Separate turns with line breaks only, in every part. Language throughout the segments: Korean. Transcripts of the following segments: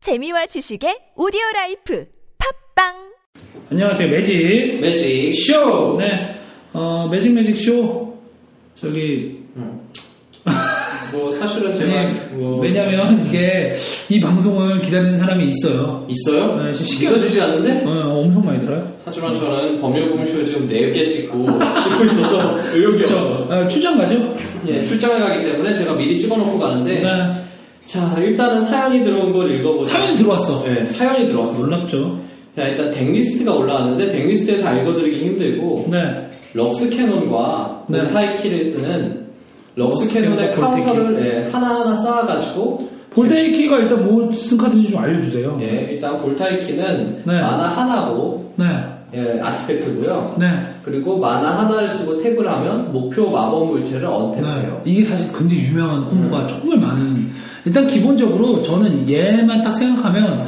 재미와 지식의 오디오 라이프 팝빵
안녕하세요 매직
매직 쇼!
네 어, 매직 매직 쇼 저기
뭐 사실은 제가
네,
뭐
왜냐면 이게 이 방송을 기다리는 사람이 있어요
있어요?
네, 지금 시계- 네.
믿어지지 않는데?
어, 엄청 많이 들어요
하지만 저는 법률고문쇼 지금 4개 찍고 찍고 있어서 의욕이 없어.
저 어, 출장 가죠
예, 출장을 가기 때문에 제가 미리 찍어놓고 가는데
네.
자 일단은 사연이 들어온 걸 읽어보자.
사연이 들어왔어 아,
네, 사연이 들어왔어.
놀랍죠
자 일단 덱리스트가 올라왔는데 덱리스트에 다 읽어드리기 힘들고
네
럭스 캐논과
네.
볼타이키를 쓰는 럭스
럭스 캐논과
캐논의
볼타이키.
카운터를 예, 하나하나 쌓아가지고
볼테이키가 일단 무슨 카드인지 좀 알려주세요
예, 일단 볼타이키는
네.
만화 하나고
네
예, 아티팩트고요.
네.
그리고 만화 하나를 쓰고 탭을 하면 목표 마법 물체를
네.
언탭해요.
이게 사실 굉장히 유명한 홍보가
음.
정말 많은. 일단 기본적으로 저는 얘만 딱 생각하면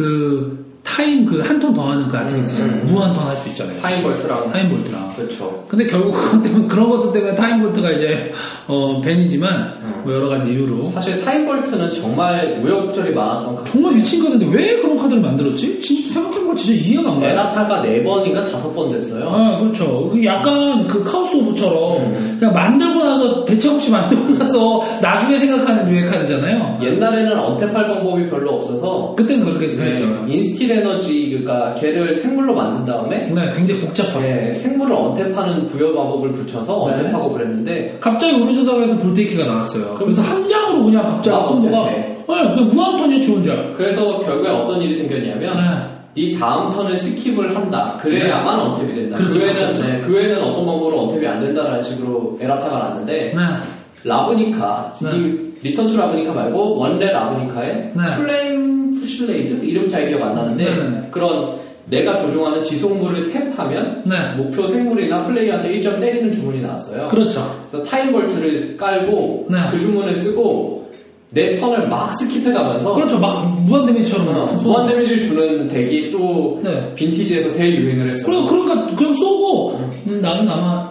그 타임 그 한 턴 더 하는 그 아티미트
음, 음.
무한 턴 할 수 있잖아요.
타임볼트랑
네. 타임 볼트랑.
그렇죠.
근데 결국 그것 때문에 그런 것들 때문에 타임 볼트가 이제 어 밴이지만
음.
뭐 여러 가지 이유로
사실 타임볼트는 정말 우여곡절이 많았던 그 카
정말 미친 카드인데 왜 그런 카드를 만들었지? 진짜 생각해보니까 진짜 이해가 안 가요.
레나타가 4번인가 5번 됐어요.
아 그렇죠. 그 약간 그 카오스 오브처럼
음.
그냥 만들고 나서 대책 없이 만들고 나서 나중에 생각하는 유의 카드잖아요.
옛날에는 언탭할 방법이 별로 없어서
그때는 그렇게 그랬잖아요.
네, 인스틸 에너지 그러니까 걔를 생물로 만든 다음에
네, 굉장히 복잡하고.
예, 생물을 언탭하는 부여 마법을 붙여서
네.
언탭하고 그랬는데
갑자기 우르주사에서 볼테이키가 나왔어요. 그래서 한 장으로 그냥 갑자기
아,
콤보가,
네.
네, 그냥 무한턴이 주운 줄 알아요.
그래서 결국에 어떤 일이 생겼냐면
네.
네 다음 턴을 스킵을 한다. 그래야만 언탭이 된다. 그
그렇죠.
외에는
그렇죠.
네, 그 외에는 어떤 방법으로 언탭이 안 된다라는 식으로 에라타가 났는데
네.
라브니카
네.
이 리턴 투 라브니카 말고 원래 라브니카의
네.
플레임 푸실레이드 이름 잘 기억 안 나는데
네, 네, 네.
그런 내가 조종하는 지속물을 탭하면
네.
목표 생물이나 플레이한테 1점 때리는 주문이 나왔어요.
그렇죠.
그래서 타임볼트를 깔고
네.
그 주문을 쓰고 내 턴을 막 스킵해가면서
그렇죠. 막 무한 데미지처럼.
어,
막 쏘고.
무한 데미지를 주는 덱이 또
네.
빈티지에서 대유행을 했어요.
그러, 그러니까, 그냥 쏘고, 음, 나는 아마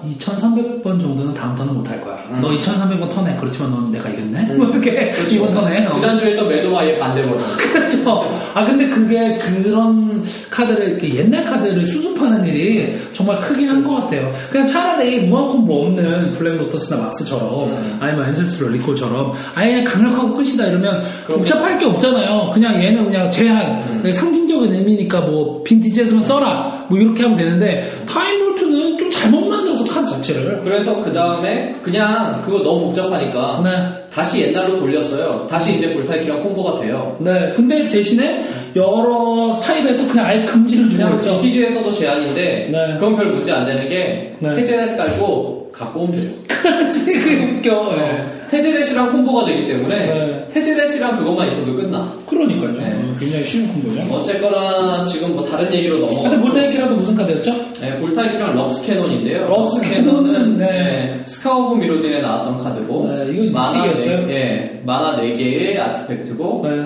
2,300번 정도는 다음 턴은 못 할 거야.
음.
너 2,300번 턴해. 그렇지만 넌 내가 이겼네? 뭐 이렇게, 이번 턴에. 어.
지난주에 했던 매도와의 반대 버전.
그렇죠. 아 근데 그게 그런 카드를 이렇게 옛날 카드를 수습하는 일이 정말 크긴 한 것 같아요. 그냥 차라리 무한콤보 없는 블랙 로터스나 막스처럼
음.
아니면 앤셀스로 리콜처럼 아예 그냥 강력하고 끝이다 이러면
그럼요. 음.
복잡할 게 없잖아요. 그냥 얘는 그냥 제한 그냥 상징적인 의미니까 뭐 빈티지에서만 써라 뭐 이렇게 하면 되는데 타임볼트는 좀 잘못 만들어서 카드 자체를
그래서 그 다음에 그냥 그거 너무 복잡하니까
네.
다시 옛날로 돌렸어요. 다시 이제 볼타이키랑 콤보가 돼요.
네, 근데 대신에 여러 타입에서 그냥 아예 금지를 주고
그냥
있죠.
빈티지에서도 제한인데
그렇죠. 네.
그건 별 문제 안 되는 게
네.
테제렛 깔고 갖고 오면 돼요.
그렇지, 그게 웃겨. 예.
테제렛이랑 콤보가 되기 때문에
네.
테제렛이랑 그것만 있어도 끝나.
그러니까요.
네.
어, 굉장히 쉬운 콤보죠.
어쨌거나 지금 뭐 다른 얘기로
하여튼
넘어가.
볼타이키라도 무슨 카드였죠?
네, 볼타이키랑 럭스 캐논인데요.
럭스 캐논은, 네.
스카 오브 미로딘에 나왔던 카드고
네, 이건 미식이었어요?
네, 예, 만화 4개의 아티팩트고
네.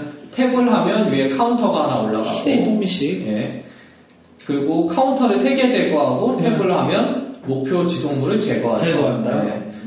탭을 하면 위에 카운터가 하나
어.
올라가고
뽕미식.
예. 그리고 카운터를 3개 제거하고
네.
탭을 하면 목표 지속물을 제거하죠.
제거한다.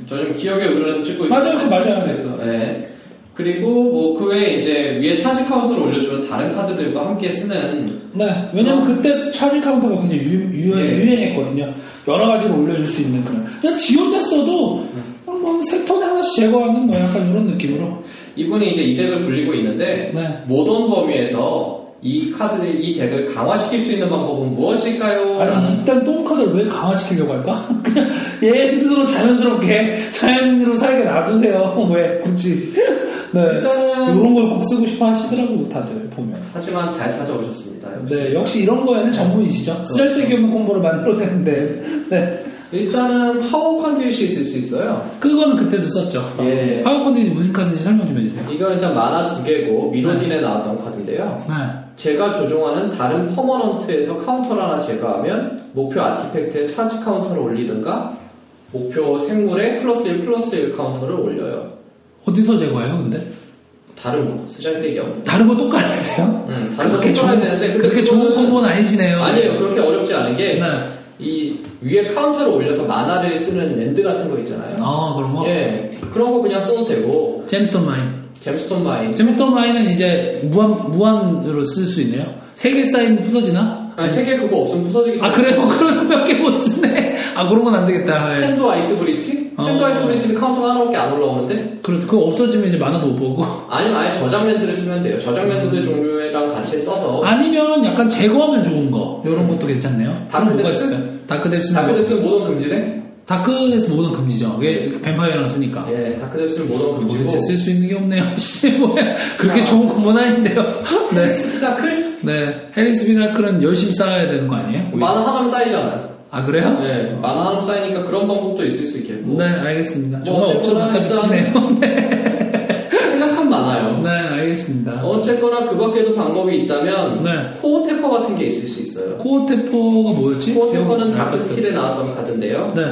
저는 기억에 의존해서 찍고
맞아요,
있는데
맞아요.
그래서, 예. 그리고 뭐 그 외에 이제 위에 차지 카운터를 올려주는 다른 카드들과 함께 쓰는
네. 왜냐면 그때 차질 카운터가 굉장히 유,
예.
행했거든요 여러 가지로 올려줄 수 있는 그런. 그냥 지 혼자 써도 뭐세 턴에 하나씩 제거하는 뭐 약간 이런 느낌으로.
이분이 이제 이 덱을 불리고 있는데
네.
모던 범위에서 이 카드를 이 덱을 강화시킬 수 있는 방법은 무엇일까요?
아니 일단 똥카드를 왜 강화시키려고 할까? 그냥 얘 스스로 자연스럽게 자연으로 살게 놔두세요. 왜 굳이? 네.
일단은-
이런 걸 꼭 쓰고 싶어 하시더라고 다들 보면.
하지만 잘 찾아오셨습니다. 역시.
네, 역시 이런 거에는 전문이시죠. 쓸데기 없는 공부를 만들어내는데. 네.
일단은 파워 컨디션이 있을 수 있어요.
그거는 그때도 썼죠.
예.
파워컨텐츠 무슨 카드인지 설명 좀 해주세요.
이건 일단 만화 두 개고 미로딘에 나왔던 카드인데요.
네.
제가 조종하는 다른 퍼머넌트에서 카운터를 하나 제거하면 목표 아티팩트에 차지 카운터를 올리든가 목표 생물에 플러스 1 플러스 1 카운터를 올려요.
어디서 제거해요, 근데?
다른 거 쓰잘데기 없는.
다른 거 똑같아야 돼요?
음, 다른 거 똑같아야 되는데 근데
그렇게 좋은
그거는-
공부는 아니시네요.
아니에요. 그렇게 어렵지 않은 게 이
네.
위에 카운터를 올려서 만화를 쓰는 랜드 같은 거 있잖아요.
아, 그런 거?
예, 그런 거 그냥 써도 되고
잼스톤 마인.
잼스톤 마인.
제메톤 마인은 이제 무한, 무한으로 쓸 수 있네요. 세 개 쌓이면 부서지나?
아니, 세계 그거 없으면 부서지기
음. 아, 그래요? 그럼 몇 개 못 쓰네? 아, 그런 건 안 되겠다. 예.
텐도 아이스 브릿지?
어.
텐도 아이스 브릿지는 카운터 하나밖에 안 올라오는데?
그렇 그거 없어지면 이제 만화도 못 보고.
아니면 아예 저장랜드를 쓰면 돼요. 저장랜드의 종류랑 같이 써서.
음. 아니면 약간 제거하면 좋은 거. 이런 것도 괜찮네요.
다크뎁스?
뭐가 있을까요? 다크뎁스는 뭐-
다크뎁스는 모던 금지네?
다크뎁스 모든 금지죠. 이게 뱀파이어랑 쓰니까. 뭐
예, 다크뎁스는 모던
도대체
금지고.
쓸 수 있는 게 없네요. 씨, 뭐야. 그렇게
자.
좋은 건못 아닌데요. 네.
스피다클?
네. 해리스 비나클은 열심히 쌓아야 되는 거 아니에요?
만화 하나면 쌓이잖아요.
아, 그래요?
네, 만화 하나면 쌓이니까 그런 방법도 있을 수 있겠고.
네, 알겠습니다.
뭐
정말 엄청
어쨌거나
답답이
일단-
치네요. 네.
생각한 많아요.
네, 알겠습니다.
어쨌거나 그 밖에도 방법이 있다면
네.
코어 테퍼 같은 게 있을 수 있어요.
코어 테퍼가 뭐였지?
코어 테퍼는
기억- 아,
다크스틸에 나왔던 카드인데요.
네,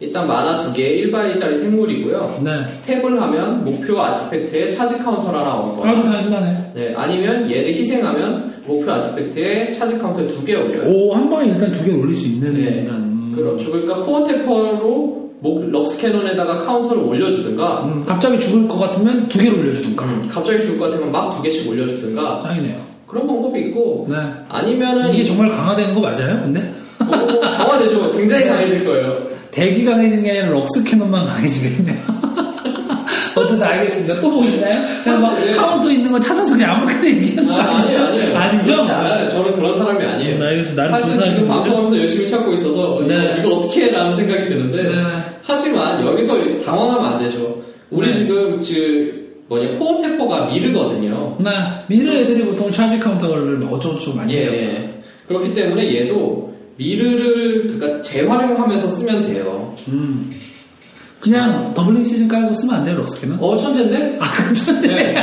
일단 만화 두 개에 1바이짜리 생물이고요.
네.
탭을 하면 목표 아티팩트에 차지 카운터를 하나 온 거예요.
아주 단순하네.
네, 아니면 얘를 희생하면 목표 아티팩트에 차지 카운터 두 개 올려요.
오, 한 방에 일단 두 개를 올릴 수 있는.
네.
일단, 음.
그렇죠. 그러니까 코어 테퍼로 목, 럭스캐논에다가 카운터를 올려주든가
음, 갑자기 죽을 것 같으면 두 개를 올려주든가.
갑자기 죽을 것 같으면 막 두 개씩 올려주든가
짱이네요.
그런 방법이 있고
네.
아니면은
이게 정말 강화되는 거 맞아요? 근데?
어, 강화되죠. 굉장히 강해질 거예요.
대기 강해진 게 아니라 럭스캐논만 강해지겠네요. 어쨌든 알겠습니다. 또 뭐 있나요? 제가 막
사실-
카운터 있는 거 찾아서 그냥 아무렇게나 얘기하는 거
아, 아니요,
아니죠?
아니요.
아니죠?
그렇지 않아요. 저는 그런 사람이 아니에요.
네, 알겠어. 나는 그런
사실 지금
사람이 아니죠?
방송하면서 열심히 찾고 있어서
네.
이거, 이거 어떻게 해라는 생각이 드는데
네.
하지만 여기서 당황하면 안 되죠. 우리
네.
지금 그 뭐냐 코어 테퍼가 미르거든요.
네, 미드 애들이 보통 차지 카운터를 막 어쩌고저쩌고 많이 해요.
예. 그렇기 때문에 얘도 미르를 그러니까 재활용하면서 쓰면 돼요.
음.
아.
그냥 더블링 시즌 깔고 쓰면 안 돼요, 럭스캐는?
어 천재인데?
아, 그 천재네.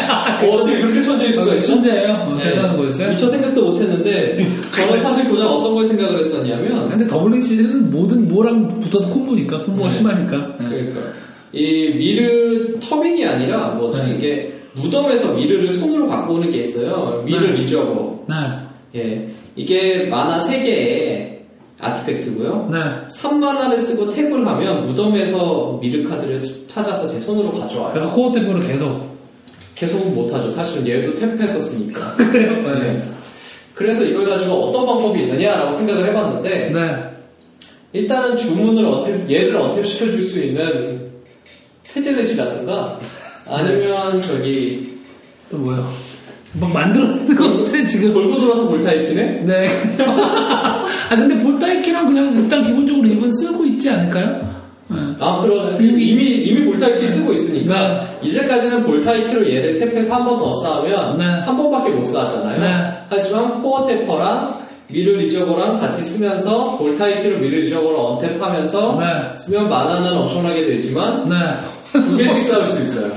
어, 어떻게 그렇게 천재일 수가 있어?
천재예요. 어, 그렇죠. 대단한 거였어요.
네. 미처 생각도 못했는데 저는 사실 고작 어떤 걸 생각을 했었냐면
근데 더블링 시즌은 모든 뭐랑 붙어도 콤보니까, 콤보가
네.
심하니까. 예.
그러니까 이 미르 터빈이 아니라 뭐
네.
이게 무덤에서 미르를 손으로 바꾸는 게 있어요. 미르
네.
리저버.
네,
예, 이게 만화 3개의 아티팩트고요.
네.
3만화를 쓰고 탭을 하면 무덤에서 미르 카드를 치- 찾아서 제 손으로 가져와요.
그래서 코어 템포를 계속.
계속은 못하죠. 사실 얘도 탭했었으니까.
그래요?
네. 그래서 이걸 가지고 어떤 방법이 있느냐라고 생각을 해봤는데
네.
일단은 주문을 어택, 얘를 어택시켜줄 수 있는 테젤렛이라든가 아니면 저기
또 뭐요? 막 만들어내는 건데 그 지금.
돌고 돌아서 볼타이키네?
네. 아 근데 볼타이키랑 그냥 일단 기본적으로 입은 쓰고 있지 않을까요? 네.
아 그러네 이미, 이미, 이미 볼타이키 쓰고 있으니까 이제까지는 볼타이키로 얘를 탭해서 한 번 더 쌓으면
네.
한 번밖에 못 쌓았잖아요
네.
하지만 코어 테퍼랑 미르 리저버랑 같이 쓰면서 볼타이키로 미르 리저버를 언탭하면서
네.
쓰면 만화는 엄청나게 되지만
네.
두 개씩 쌓을 수 있어요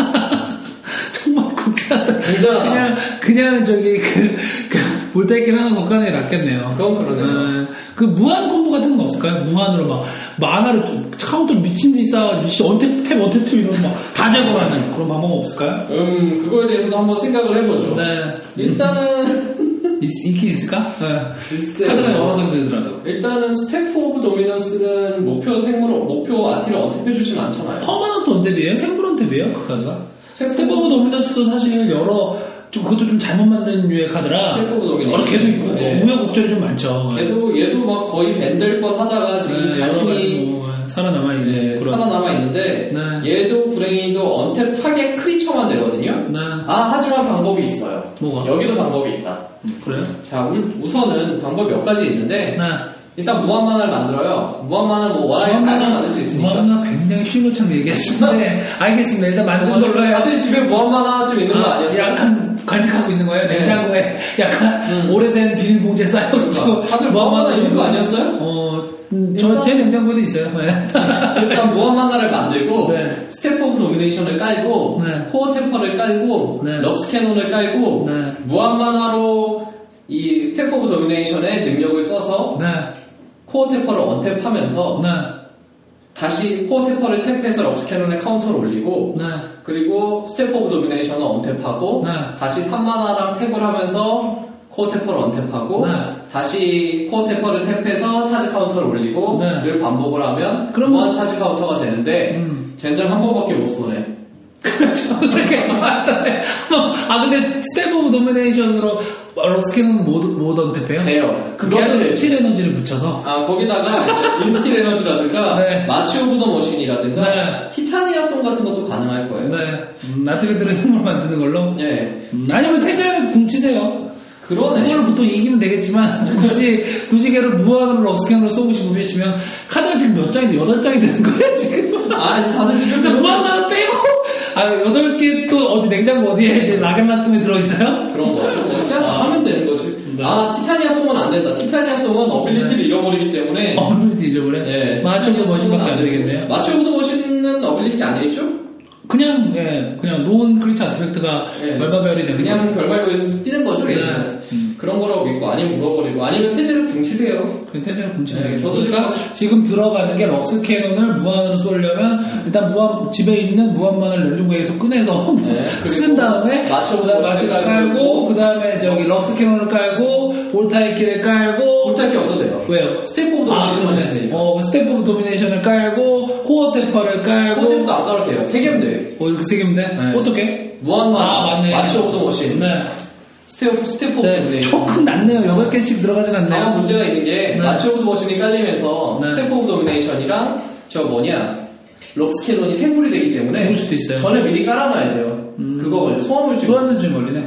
정말 국자다.
굉장하다.
그냥 그냥 저기 그, 그 볼타이키를 하나 더 까는 게 낫겠네요.
그건 그러네요.
네. 그 무한 콤보 같은 건 없을까요? 무한으로 막 만화를 카운터 미친 듯이 쌓아 미친 언탭 탭 언탭 탭 이런 막다 제거하는 그런 방법 없을까요?
음 그거에 대해서도 한번 생각을 해보죠
네.
일단은
있, 있긴 있을까? 네.
글쎄요.
카드가 여러 장도 되더라도.
일단은 스태프 오브 도미넌스는 목표 생물 목표 아티를 언택해 주진 않잖아요.
퍼머넌트 언탭이에요? 생물 언탭이에요? 그 카드가? 스텝 오브 도미넌스도 사실 여러 좀 그것도 좀 잘못 만든 류의 카드라
스텝 오브 도미넌스.
여러 개도 있고
네.
우여곡절이 좀 많죠.
얘도 얘도 막 거의 밴될 뻔 하다가 지금
네, 여러 가지
간신히
뭐 살아남아 있는
예,
그런.
살아남아 있는데
네.
얘도 불행히도 언택하게 크리처만 되거든요.
네,
아 하지만 방법이 있어요.
뭐가?
여기도 방법이 있다.
그래요?
자 우- 우선은 방법 몇 가지 있는데
네.
일단 무한만화를 만들어요. 무한만화는 뭐 워낙에 다양하게 만들 수 있으니까.
무한나 뭐 굉장히 쉬운 것처럼 얘기하시는데 알겠습니다. 일단 만든 걸로 해요.
다들 집에 무한만화 좀 있는 어, 거
아,
아니었어요?
약간 간직하고 있는 거예요.
네. 음.
냉장고에 약간 오래된 비닐봉지에 쌓여가지고
그러니까 다들 무한만화 있는 거 아니었어요? 음,
어, 저제 냉장고에도 있어요. 네.
일단 모험 하나를 만들고
네.
스태프 오브 도미네이션을 깔고
네.
코어 템퍼를 깔고
네.
럭스 캐논을 깔고
네.
무한 만화로 이 스태프 오브 도미네이션의 능력을 써서
네,
코어 템퍼를 언탭하면서
네,
다시 코어 템퍼를 탭해서 럭스 캐논의 카운터를 올리고
네.
그리고 스태프 오브 도미네이션을 언탭하고
네.
다시 3만화랑 탭을 하면서 코어 템퍼를 언탭하고
네.
다시 코어 템퍼를 탭해서 차지 카운터를 올리고
네.
를 반복을 하면
그럼
무한 차지 카운터가 되는데
음.
젠장 한 번밖에 못 쏘네.
그렇죠. 그렇게 맞다네. 아, 근데 스텝 오브 도미네이션으로 러스키는 못, 못 언택해요?
돼요.
그게
그것도
아니라
돼요.
스틸 에너지를 붙여서.
아 거기다가 인스틸 에너지라든가
네.
마치 오브 더 머신이라든가
네.
티타니아송 같은 것도 가능할 거예요.
네. 음, 나트륨들의 선물 만드는 걸로?
예.
음, 아니면 태자에서 궁치세요.
그러네.
그걸 보통 이기면 되겠지만, 굳이, 굳이 걔를 무한으로 러스캔으로 쏘고 싶으시면, 카드가 지금 몇 장인데, 여덟 장이 되는 거예요, 지금.
아 다들 지금
근데 무한만 빼고, 아, 여덟 개 또 어디 냉장고 어디에 이제 라겐라통에 들어있어요?
그런 거 그냥 다 하면 되는 거지.
네.
아 티타니아 송은 안 된다. 티타니아 송은 어빌리티를 잃어버리기 때문에
어머니도 잊어버려.
예.
마하천도 머신밖에 안
되고.
되겠네요.
마치 오브 더 머신은 어빌리티 안 했죠?
그냥, 예, 그냥 노은 크리처 아티팩트가
예.
얼마별이 되는
그냥
거예요.
별발고에서 뛰는 거죠.
네.
얘는. 그런 거라고 믿고 아니면 물어버리고 아니면 태제를 붕치세요.
그 태세를
네,
굶치는
저도
거죠. 그러니까 지금 들어가는 게 럭스 캐논을 무한으로 쏘려면 일단 무한 집에 있는 무한만을 냉장고에서 꺼내서
네, 그리고
쓴 다음에
마초
그다음에
마초
마초
깔고,
깔고 그 다음에 저기 럭스 캐논을 깔고 볼타이키를 깔고
볼탈게 없어도 돼요.
왜요? 스태프 오브
아,
도미네이션을
그러네.
했으니까. 어, 스태프 오브 도미네이션을 깔고 코어 테퍼를 깔고
포트도 안 깔아도 돼요. 세 개면 돼요.
어 이렇게 세 개면 돼?
네.
어떻게?
무한만
아, 맞네.
마치 오브 더 머신.
네.
스텝 스텝 오브
네,
네. 아, 그렇죠.
조금 낫네요. 여덟 개씩 들어가진
다만
않네요.
문제가 있는 게
네.
마치 오브 더 머신이 깔리면서
네.
스텝 오브 도미네이션이랑 저 뭐냐 럭스캐논이 생물이 되기 때문에
죽을 수도 있어요. 음.
전에 미리 깔아놔야 돼요. 그거 걸려. 소화물 중.
좋았는 줄 모르네.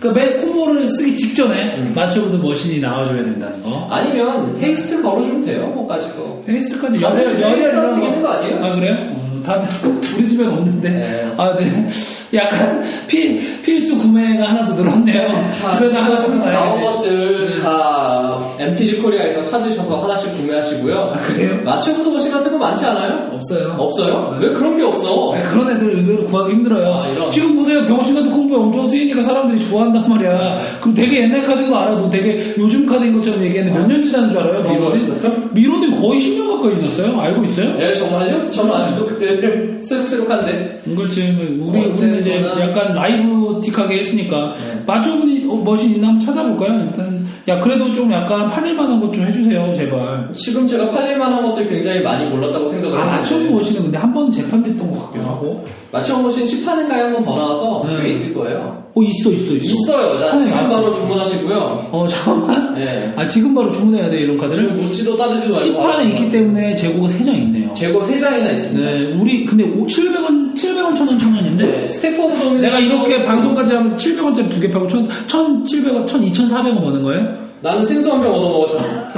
그러니까 맨 콤보를 쓰기 직전에
음.
마초보드 머신이 나와줘야 된다는 거.
아니면 헤이스트 걸어주면 돼요. 뭐까지 거.
페이스트까지
아,
연애
그치.
연애
페이스트랑 찍는 거 아니에요? 음.
아 그래요? 어, 다들 우리 집엔 없는데.
네.
아 네. 약간 필 필수 구매가 하나 더 늘었네요. 집에서 하나 더
나온
나와야 돼. 네.
것들 다 MTG 코리아에서 찾으셔서 하나씩 구매하시고요.
아, 그래요?
마취부터 머신 같은 거 많지 않아요?
없어요.
없어요?
네.
왜 그런 게 없어?
아니, 그런 애들 의외로 구하기 힘들어요.
아, 이런.
지금 보세요. 병신 같은 콤보에 엄청 쓰이니까 사람들이 좋아한단 말이야.
네.
그럼 되게 옛날 카드인 거 알아. 너 되게 요즘 카드인 것처럼 얘기했는데 몇 년 지난 줄 알아요? 뭐,
미로드?
미로드 거의 10년 가까이 지났어요. 알고 있어요?
예, 정말요? 저는 아직도 그때 새록새록한데.
그렇지. 우리,
어쨌거나.
우리는 이제 약간 라이브틱하게 했으니까.
네.
마초분이 어, 머신 있나 한번 찾아볼까요? 일단. 야, 그래도 좀 약간 팔릴만한 것 좀 해주세요, 제발.
지금 제가 팔릴만한 것들 굉장히 많이 몰랐다고 생각을
아, 마초분
했는데
머신은 근데 한 번 재판됐던 것 같기도 하고.
마취부 머신 10판인가에 한 번 더 나와서
네.
꽤 있을 거예요.
어, 있어, 있어, 있어.
있어요. 나
아니,
지금
알았어.
바로 주문하시고요.
어, 잠깐만.
예.
아, 지금 바로 주문해야 돼, 이런 카드를?
지금 묻지도 따르지도 않고. 아,
10판에 있기 때문에 재고가 3장 있네요.
재고 3장이나 있습니다.
네, 우리 근데 5, 700원, 700원, 1000원, 1000원인데
네, 스태프 오브 도미네이션.
내가 이렇게 방송까지 하면서 700원짜리 두 개 파고 1000, 1700원, 1000, 2400원 버는 거예요?
나는 생수 한 병 얻어먹었잖아.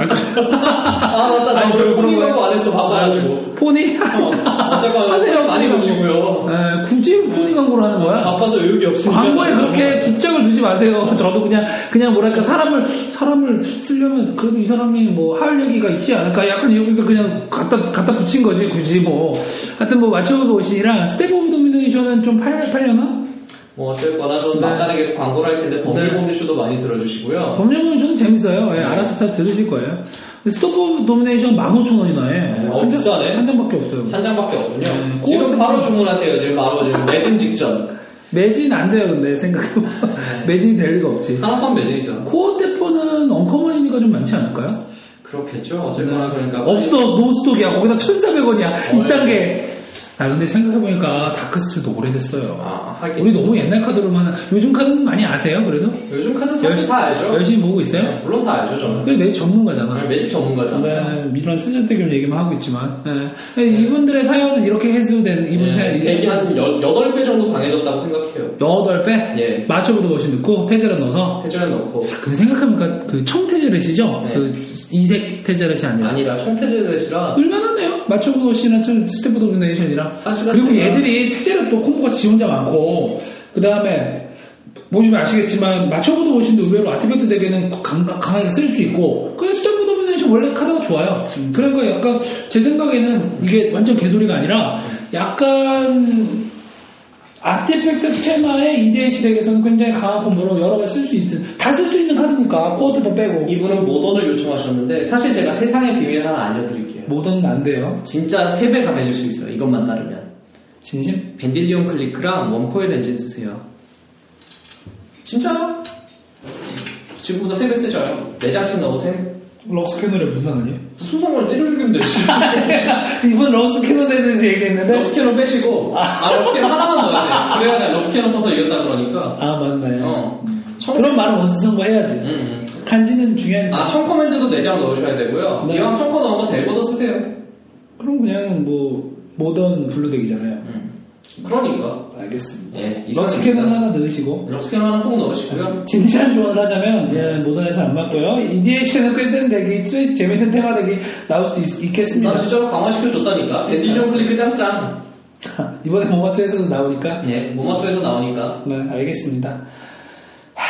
아, 맞다. 나
아니,
오늘
그런 거예요? 아,
포기하고 안 했어. 바빠가지고.
폰이?
어쨌건
하세요.
많이 보시고요. 아,
네, 굳이 폰이 광고를 하는 거야?
바빠서 의욕이 없으니까.
광고에 그렇게 집착을 두지 마세요. 저도 그냥, 그냥 뭐랄까, 사람을, 사람을 쓰려면, 그래도 이 사람이 뭐, 할 얘기가 있지 않을까? 약간 여기서 그냥 갖다, 갖다 붙인 거지, 굳이 뭐. 하여튼 뭐, 맞춰보고 오시니라, 스텝 오브 도미네이션은 좀 팔, 팔려나?
뭐 어쨌거나 저는
네.
막간에 계속 광고를 할 텐데 범일범일쇼도 많이 들어주시고요.
법률은 저는 재밌어요. 예, 알아서 다 들으실 거예요. 스토브 노미네이션 15,000원이나 해.
네, 어, 비싸네.
한 장밖에 없어요.
한 장밖에 없군요.
네.
지금
꼭-
바로 주문하세요. 지금 바로 지금 매진 직전.
매진 안 돼요, 근데 생각해보면.
네.
매진이 될 리가 없지.
하나선 매진이죠.
코어 테퍼는 엉커머니가 좀 많지 않을까요?
그렇겠죠. 어쨌거나
네.
그러니까
없어, 노스톡이야. 거기다 1,400원이야.
예.
2단계. 어, 아, 근데 생각해보니까 다크스트도 오래됐어요.
아, 하긴.
우리 너무 옛날 카드로만, 요즘 카드는 많이 아세요, 그래도?
요즘 카드 사실 다 알죠.
열심히 보고 있어요?
네, 물론 다 알죠. 저는.
그래, 내 전문가잖아.
매직 전문가잖아요.
네, 미련 쓰잘데기를 얘기만 하고 있지만 네. 이분들의 사연은 이렇게 해소되는 이분 사연
네,
이제
한 8배 정도 강해졌다고 생각해요.
여덟 배
예.
마초보드 머신 넣고 태제를 넣어서
태전에 넣고
근데 생각해보니까 그 청태제렛이죠
네.
그 이색 태제렛이 아니라
아니라 청태제넷이라
얼마나네요 마초보드 머신은 좀 스태프 도미네이션이랑
사실은
그리고
제가-
얘들이 태제렛 또 콤보가 지 혼자 많고 그 다음에 보시면 아시겠지만 마초보드 머신도 의외로 아티팩트 대기는 강, 강하게 쓸 수 있고 그냥 스태프 도미네이션 원래 카드가 좋아요 그러니까 약간 제 생각에는 이게 완전 개소리가 아니라 약간 아티팩트 테마의 EDH 덱에서는 굉장히 강한 콤보로 여러 개 쓸 수 있는 다 쓸 수 있는 카드니까 코어트도 빼고
이분은 모던을 요청하셨는데 사실 제가 세상의 비밀 하나 알려드릴게요.
모던은 안 돼요
진짜 3배 강해질 수 있어요. 이것만 따르면.
진심?
벤딜리온 클리크랑 원코일 엔진 쓰세요. 진짜요? 지금보다 3배 세져요. 4장씩 넣으세요.
럭스캐널에 무슨 상관이에요?
수성을 때려 죽이면 되지.
이분 러브스캐너에 대해서 얘기했는데
러브스캐너 빼시고, 아, 러브스캐너 하나만 넣어야 돼. 그래야 나 러브스캐너 써서 이겼다 그러니까.
아 맞네
어. 청,
그런 말은 원수선거 해야지
음, 음.
간지는 중요한
아, 청코맨드도 4장 넣으셔야 되고요.
네.
이왕 청코 넣은 거 대버도 쓰세요.
그럼 그냥 뭐 모던 블루덱이잖아요
음. 그러니까.
알겠습니다
예, 이상입니다.
러브스캐너 하나 넣으시고
럭스캐너 하나 꼭 넣으시고요.
진지한 조언을 하자면 예, 모던에서 안 맞고요. 인디에이션은 꽤 센 덱이 꽤 재밌는 테마 덱이 나올 수도 있, 겠습니다
나 아, 진짜로 강화시켜줬다니까. 밴디리온 클리크 짱짱.
이번에 모마토에서도 나오니까
예, 모마토에서 나오니까.
네, 알겠습니다. 하,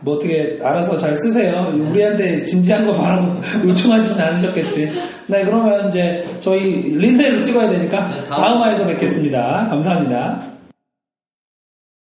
뭐 어떻게 알아서 잘 쓰세요. 우리한테 진지한 거 바라고 요청하진 않으셨겠지. 네, 그러면 이제 저희 린데로 찍어야 되니까
네, 다음-
다음 화에서 뵙겠습니다. 감사합니다.